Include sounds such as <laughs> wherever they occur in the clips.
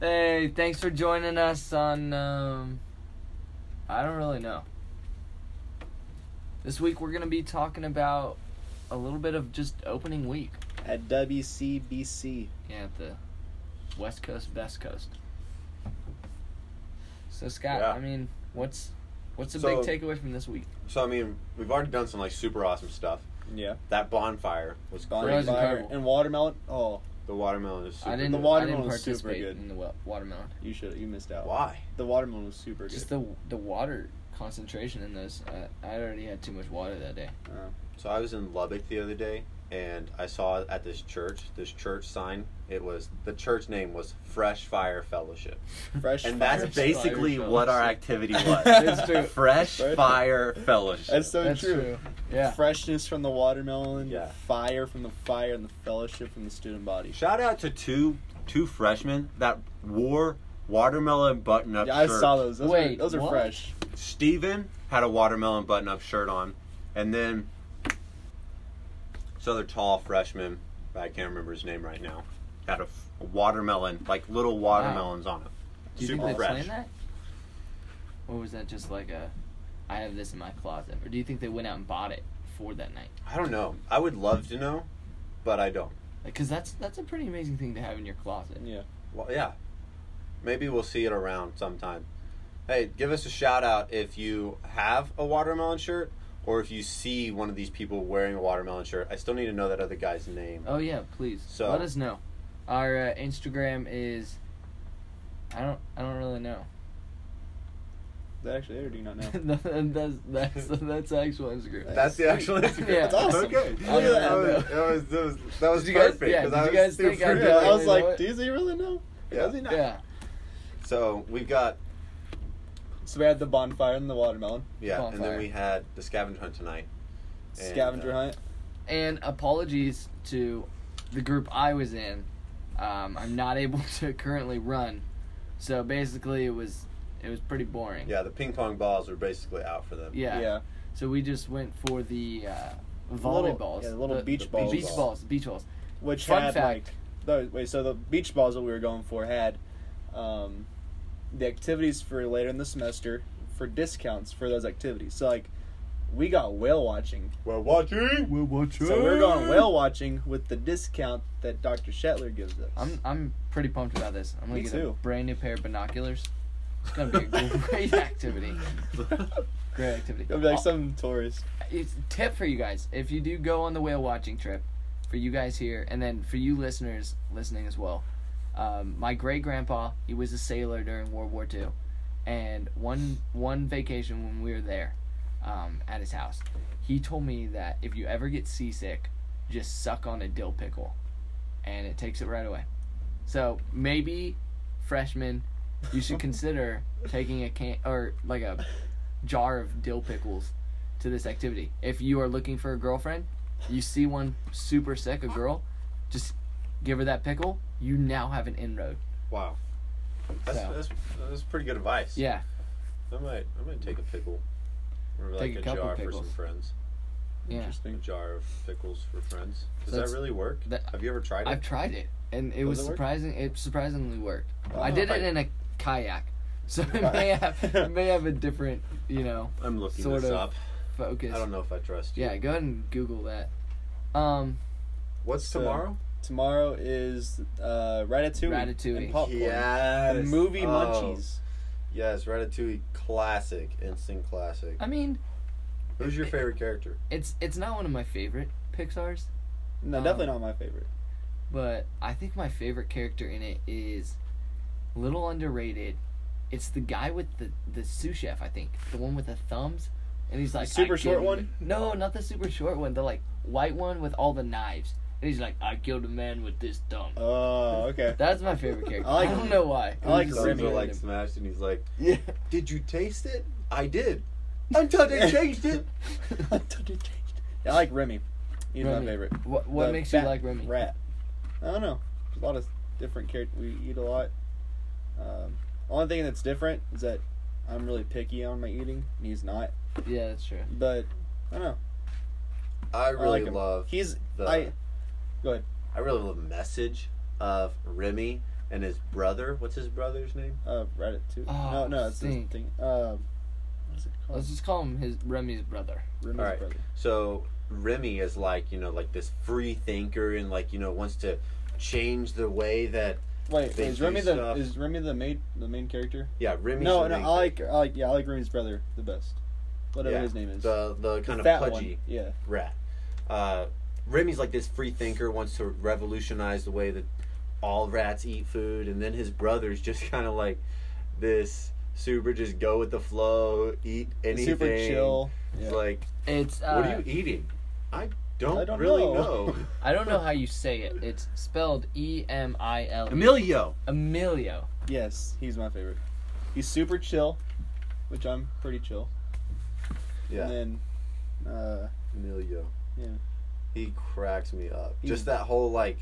Hey, thanks for joining us on. Um, I don't really know. This week we're gonna be talking about a little bit of just opening week. At WCBC. Yeah, at the West Coast, Best Coast. So Scott, Yeah. I mean, what's what's the So- big takeaway from this week? So I mean, we've already done some like super awesome stuff. Yeah. That bonfire was Bonfire. great. incredible. and watermelon. Oh, The watermelon is super. I didn't. the I watermelon didn't was super participate good. in the wa- watermelon. you should you missed out. Why? The watermelon was super Just good. the the water concentration in those. Uh, I already had too much water that day. So I was in Lubbock the other day, and I saw at this church, this church sign. It was the church name was Fresh Fire Fellowship, Fresh. and fire. Fresh that's basically Fire what our Fellowship. activity was. It's true. Fresh Fresh- Fire Fellowship. That's so That's true. true. Yeah. Freshness from the watermelon, Yeah. fire from the fire, and the fellowship from the student body. Shout out to two two freshmen that wore watermelon button up Yeah, I shirts. saw those. Those Wait, are, those are what? fresh. Steven had a watermelon button up shirt on, and then this other tall freshman, I can't remember his name right now, had a, f- a watermelon, like little watermelons on it. Do you Super think they fresh. planned that? Or was that just like a, I have this in my closet? Or do you think they went out and bought it for that night? I don't know. I would love to know, but I don't. Like, cause that's that's a pretty amazing thing to have in your closet. Yeah. Well, yeah. Maybe we'll see it around sometime. Hey, give us a shout out if you have a watermelon shirt or if you see one of these people wearing a watermelon shirt. I still need to know that other guy's name. Oh yeah, please So- let us know. Our uh, Instagram is, I don't I don't really know. They actually, I do not <laughs> know. No, that's that's that's the actual Instagram. That's the actual Yeah. Instagram. That's awesome. Okay. I don't That know. was, that was, that was, that was Did you guys- perfect. yeah, 'cause did I you was guys too think I freaked did yeah, out. I was You know like, what? does he really know? Yeah. Does he not? Yeah, So we've got, So we had the bonfire and the watermelon yeah, and Bonfire. then we had the scavenger hunt tonight. And, scavenger uh, hunt. and apologies to the group I was in. Um, I'm not able <laughs> to currently run, so basically it was it was pretty boring. Yeah, the ping pong balls were basically out for them. Yeah. yeah. So we just went for the uh, Little- volleyballs. yeah, the little beach the balls. Beach balls. Beach balls. which Fun had fact. like the, wait so the beach balls that we were going for had um, the activities for later in the semester for discounts for those activities so like we got whale watching We're watching. We're watching. so we are going whale watching with the discount that dr shetler gives us I'm <laughs> I'm pretty pumped about this. I'm gonna Me get a too. brand new pair of binoculars. It's gonna be <laughs> a great activity. Great activity. <laughs> It'll be like Oh, some tourist it's tip for you guys if you do go on the whale watching trip for you guys here and then for you listeners listening as well um, my great grandpa he was a sailor during world war ii and one one vacation when we were there um, at his house he told me that if you ever get seasick just suck on a dill pickle and it takes it right away so maybe freshmen you should consider taking a can or like a jar of dill pickles to this activity. If you are looking for a girlfriend, you see one super sick, a girl, just give her that pickle. You now have an inroad. Wow. That's, So. that's, that's pretty good advice. Yeah, I might, I might take a pickle. Or like Take a a, couple jar for pickles. some friends. yeah. A interesting jar of pickles for friends. Does So that it's- really work? that- Have you ever tried it? I've tried it, and it was it work? surprising. It surprisingly worked. I Wow. did it in a kayak, <laughs> so it may have it may have a different you know I'm looking sort this of up. focus. I don't know if I trust you. Yeah, go ahead and Google that. Um, What's So- tomorrow? tomorrow is uh ratatouille, Ratatouille. and popcorn Yes. and movie Oh, munchies Yes, Ratatouille classic, instant classic. I mean, Who's your favorite character? it's it's not one of my favorite Pixar's, no Um, definitely not my <laughs> favorite but I think my favorite character in it is a little underrated. It's the guy with the the sous chef, I think, the one with the thumbs, and he's like super "I short killed one? the-" No, not the super short one. The like white one with all the knives, and he's like, I killed a man with this thumb. oh okay <laughs> That's my favorite character. I, I like don't him. know why. I like It was just His thumbs Remy. are random. like smashed, and he's like, yeah "Did you taste it? I <laughs> did." Until they changed it. I like Remy. He's my Remy. favorite. What what The makes you fat like Remy? Rat. I don't know. There's a lot of different characters. We eat a lot. Um, only thing that's different is that I'm really picky on my eating, and he's not. Yeah, that's true. But I don't know. I really like him. love He's the. I I really love the message of Remy and his brother. What's his brother's name? Uh, Reddit too. Oh, no, no, it's the stink. thing. Uh, what's it called? Let's just call him his Remy's brother. Remy's Alright. brother. So Remy is like you know like this free thinker and like you know wants to change the way that Wait, They is do Remy the stuff. is Remy the main the main character? yeah Remy's no, the no, I main- like I like yeah, I like Remy's brother the best. Whatever yeah, his name is. the the kind fat of pudgy one. Yeah. rat. Uh, Remy's like this free thinker wants to revolutionize the way that all rats eat food, and then his brother's just <laughs> kind of like this super just go with the flow, eat He's anything. Super chill. Yeah. It's like It's uh, what are you eating? I don't, I don't really know. know. I don't know how you say it. It's spelled E M I L. Emilio. Emilio. Yes, he's my favorite. He's super chill, which I'm pretty chill. Yeah, And then uh Emilio. Yeah. He cracks me up. He- Just that whole like,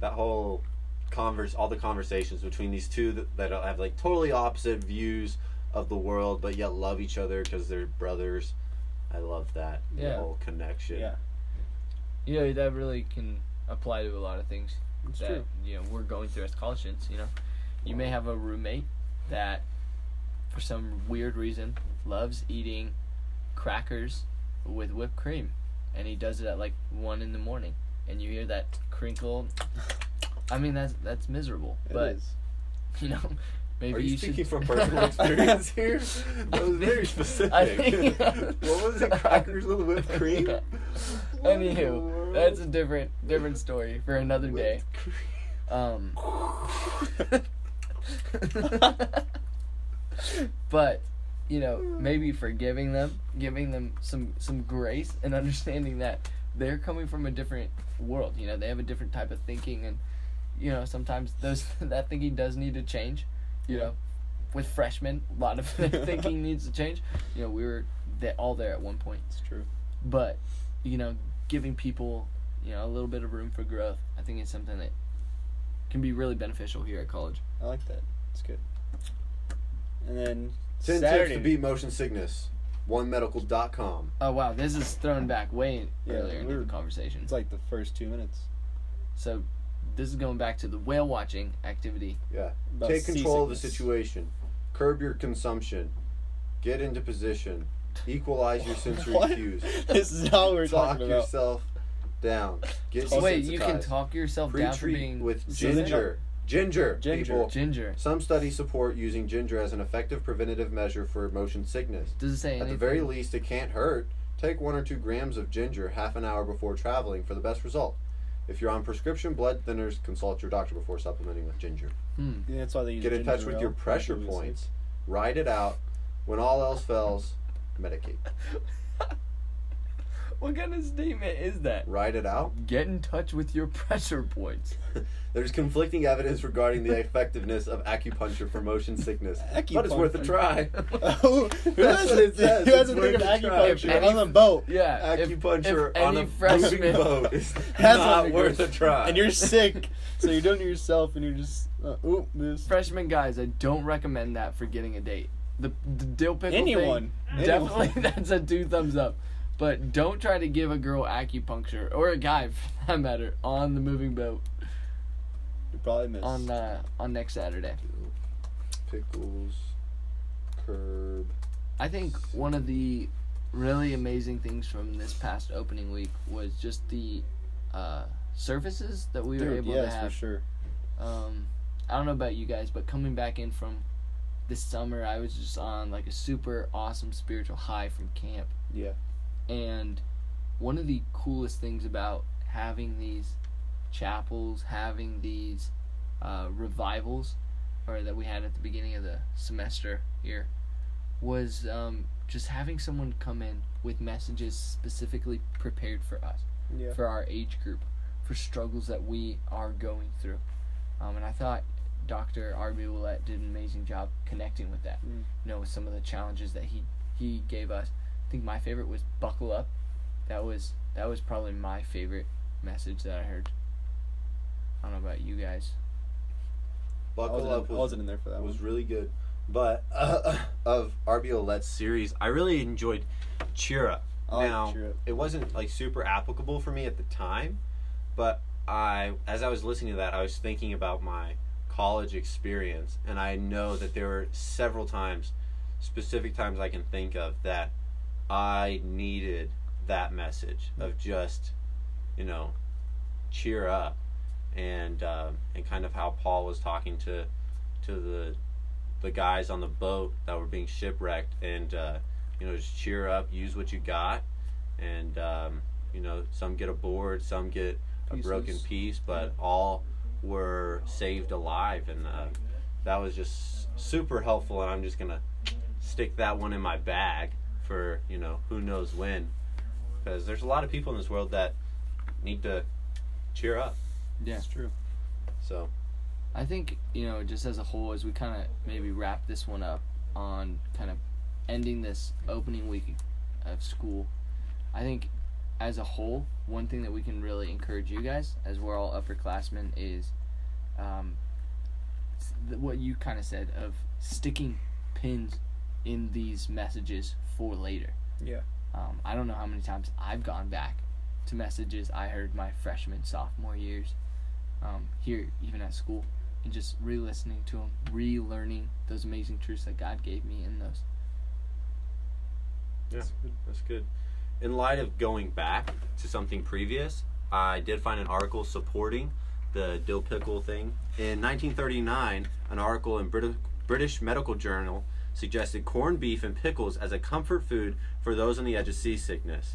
that whole converse, all the conversations between these two that, that have like totally opposite views of the world, but yet love each other because they're brothers. I love that the Yeah. whole connection. Yeah. You know, that really can apply to a lot of things it's that true. you know we're going through as college students. You know, you may have a roommate that, for some weird reason, loves eating crackers with whipped cream, and he does it at like one in the morning, and you hear that crinkle. I mean, that's that's miserable, It but <laughs> is. you know, maybe Are you, should- <laughs> speaking from personal experience here? That was very I specific. think- <laughs> what was it? Crackers with whipped cream. Yeah. What in the <laughs> Anywho, world? that's a different different story for another day. Whipped cream. Um, <laughs> <laughs> but you know, maybe forgiving them, giving them some some grace, and understanding that they're coming from a different world. You know, they have a different type of thinking, and you know, sometimes those <laughs> that thinking does need to change. You know, with freshmen, a lot of their thinking needs to change. You know, we were they, all there at one point It's true. but you know giving people you know a little bit of room for growth i think is something that can be really beneficial here at college I like that. It's good. And then Ten Saturday tips to beat motion sickness. OneMedical.com. oh wow this is thrown back way Yeah, earlier into we're- the conversation it's like the first two minutes. so this is going back to the whale watching activity Yeah. About Take control of the seasickness. situation. Curb your consumption. Get into position. Equalize your sensory What? cues. <laughs> this is not what we're Talk talking about. yourself down. Get wait you can desensitized. talk yourself down for Pre-treat being with So then- ginger. Ginger. Ginger. People. ginger Some studies support using ginger as an effective preventative measure for motion sickness. does it say anything At the very least, it can't hurt. Take one or two grams of ginger half an hour before traveling for the best result. If you're on prescription blood thinners, consult your doctor before supplementing with ginger. hmm. Yeah, that's why they use Get in ginger touch with ale. your pressure Like, points. Ride it out. When all else fails, medicate. what kind of statement is that Ride it out. get in touch with your <laughs> pressure points There's conflicting evidence regarding the effectiveness of acupuncture for motion sickness, but it's Acupuncture. worth <laughs> a <laughs> try. <laughs> who That's hasn't, who what it says. hasn't It's think of worth a try. If acupuncture any- on the boat? yeah if- if Acupuncture on any a freshman moving boat is <laughs> Has not a- worth a try. And you're sick, so you're doing it yourself, and you're just uh, oop, moves. freshman guys, I don't recommend that for getting a date. The, the dill pickle Anyone. thing, Anyone. definitely <laughs> that's a two thumbs up. But don't try to give a girl acupuncture or a guy, <laughs> for that matter, on the moving boat <laughs> You probably missed. on uh, on next Saturday. Pickles, curb. I think one of the really amazing things from this past opening week was just the uh, surfaces that we were Dude, able yes, to have. for sure. um, I don't know about you guys, but coming back in from this summer, I was just on like a super awesome spiritual high from camp. Yeah. And one of the coolest things about having these chapels, having these uh, revivals, or that we had at the beginning of the semester here, was um, just having someone come in with messages specifically prepared for us Yeah. for our age group, for struggles that we are going through. Um, and I thought Dr. R.B. Willett did an amazing job connecting with that. Mm. You know, with some of the challenges that he he gave us. I think my favorite was buckle up. That was that was probably my favorite message that I heard. I don't know about you guys. I Buckle wasn't, up I was, wasn't in there for that was one. really good. But uh, of RBO Let's series, I really enjoyed Cheer Up. I like now, Cheer Up. it wasn't like super applicable for me at the time, but I, as I was listening to that, I was thinking about my college experience, and I know that there were several times, specific times I can think of, that I needed that message of just, you know, cheer up, and um and kind of how Paul was talking to to the the guys on the boat that were being shipwrecked, and uh, you know, just cheer up, use what you got, and um, you know, some get aboard, some get a broken Pieces. piece, but all were saved alive, and uh, that was just super helpful. And I'm just gonna stick that one in my bag for you know who knows when, because there's a lot of people in this world that need to cheer up. Yeah. It's true. So I think, you know, just as a whole, as we kind of maybe wrap this one up on kind of ending this opening week of school, I think as a whole, one thing that we can really encourage you guys, as we're all upperclassmen, is um, s- th- what you kind of said of sticking pins in these messages for later. Yeah. Um, I don't know how many times I've gone back to messages I heard my freshman, sophomore years, um, here even at school, and just re-listening to them, relearning those amazing truths that God gave me in those. Yeah. That's good. In light of going back to something previous, I did find an article supporting the dill pickle thing. In 1939, an article in Brit- British Medical Journal suggested corned beef and pickles as a comfort food for those on the edge of seasickness.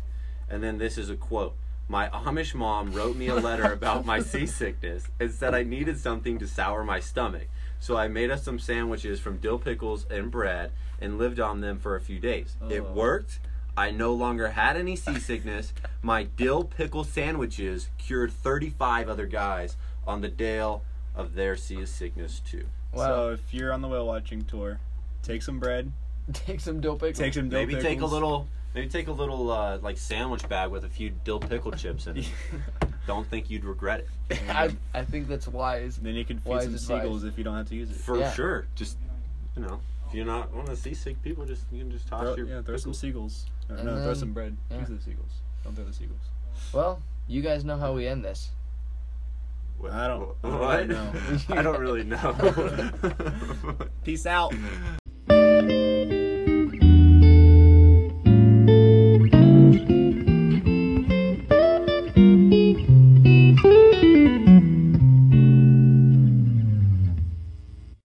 And then this is a quote. My Amish mom wrote me a letter about my seasickness and said I needed something to sour my stomach. So I made us some sandwiches from dill pickles and bread and lived on them for a few days. It Oh. worked. I no longer had any seasickness. My dill pickle sandwiches cured 35 other guys on the dale of their seasickness too. So if you're on the whale watching tour, take some bread, <laughs> take some dope pickles. take some dill Maybe take a pickles. little, maybe take a little uh, like sandwich bag with a few dill pickle chips in it. <laughs> Don't think you'd regret it. <laughs> I, I think that's wise. <laughs> then you can feed Wise some advice. seagulls if you don't have to use it. For Yeah. sure. Just you know, if you're not one of the seasick people, just you can just toss Throw, your yeah, throw some pickles. seagulls. No, And no, throw then- some bread. yeah. These are the seagulls. Don't throw the seagulls. Well, you guys know how we end this. What- I don't- I don't What? <laughs> know. <laughs> I don't really know. <laughs> Peace out.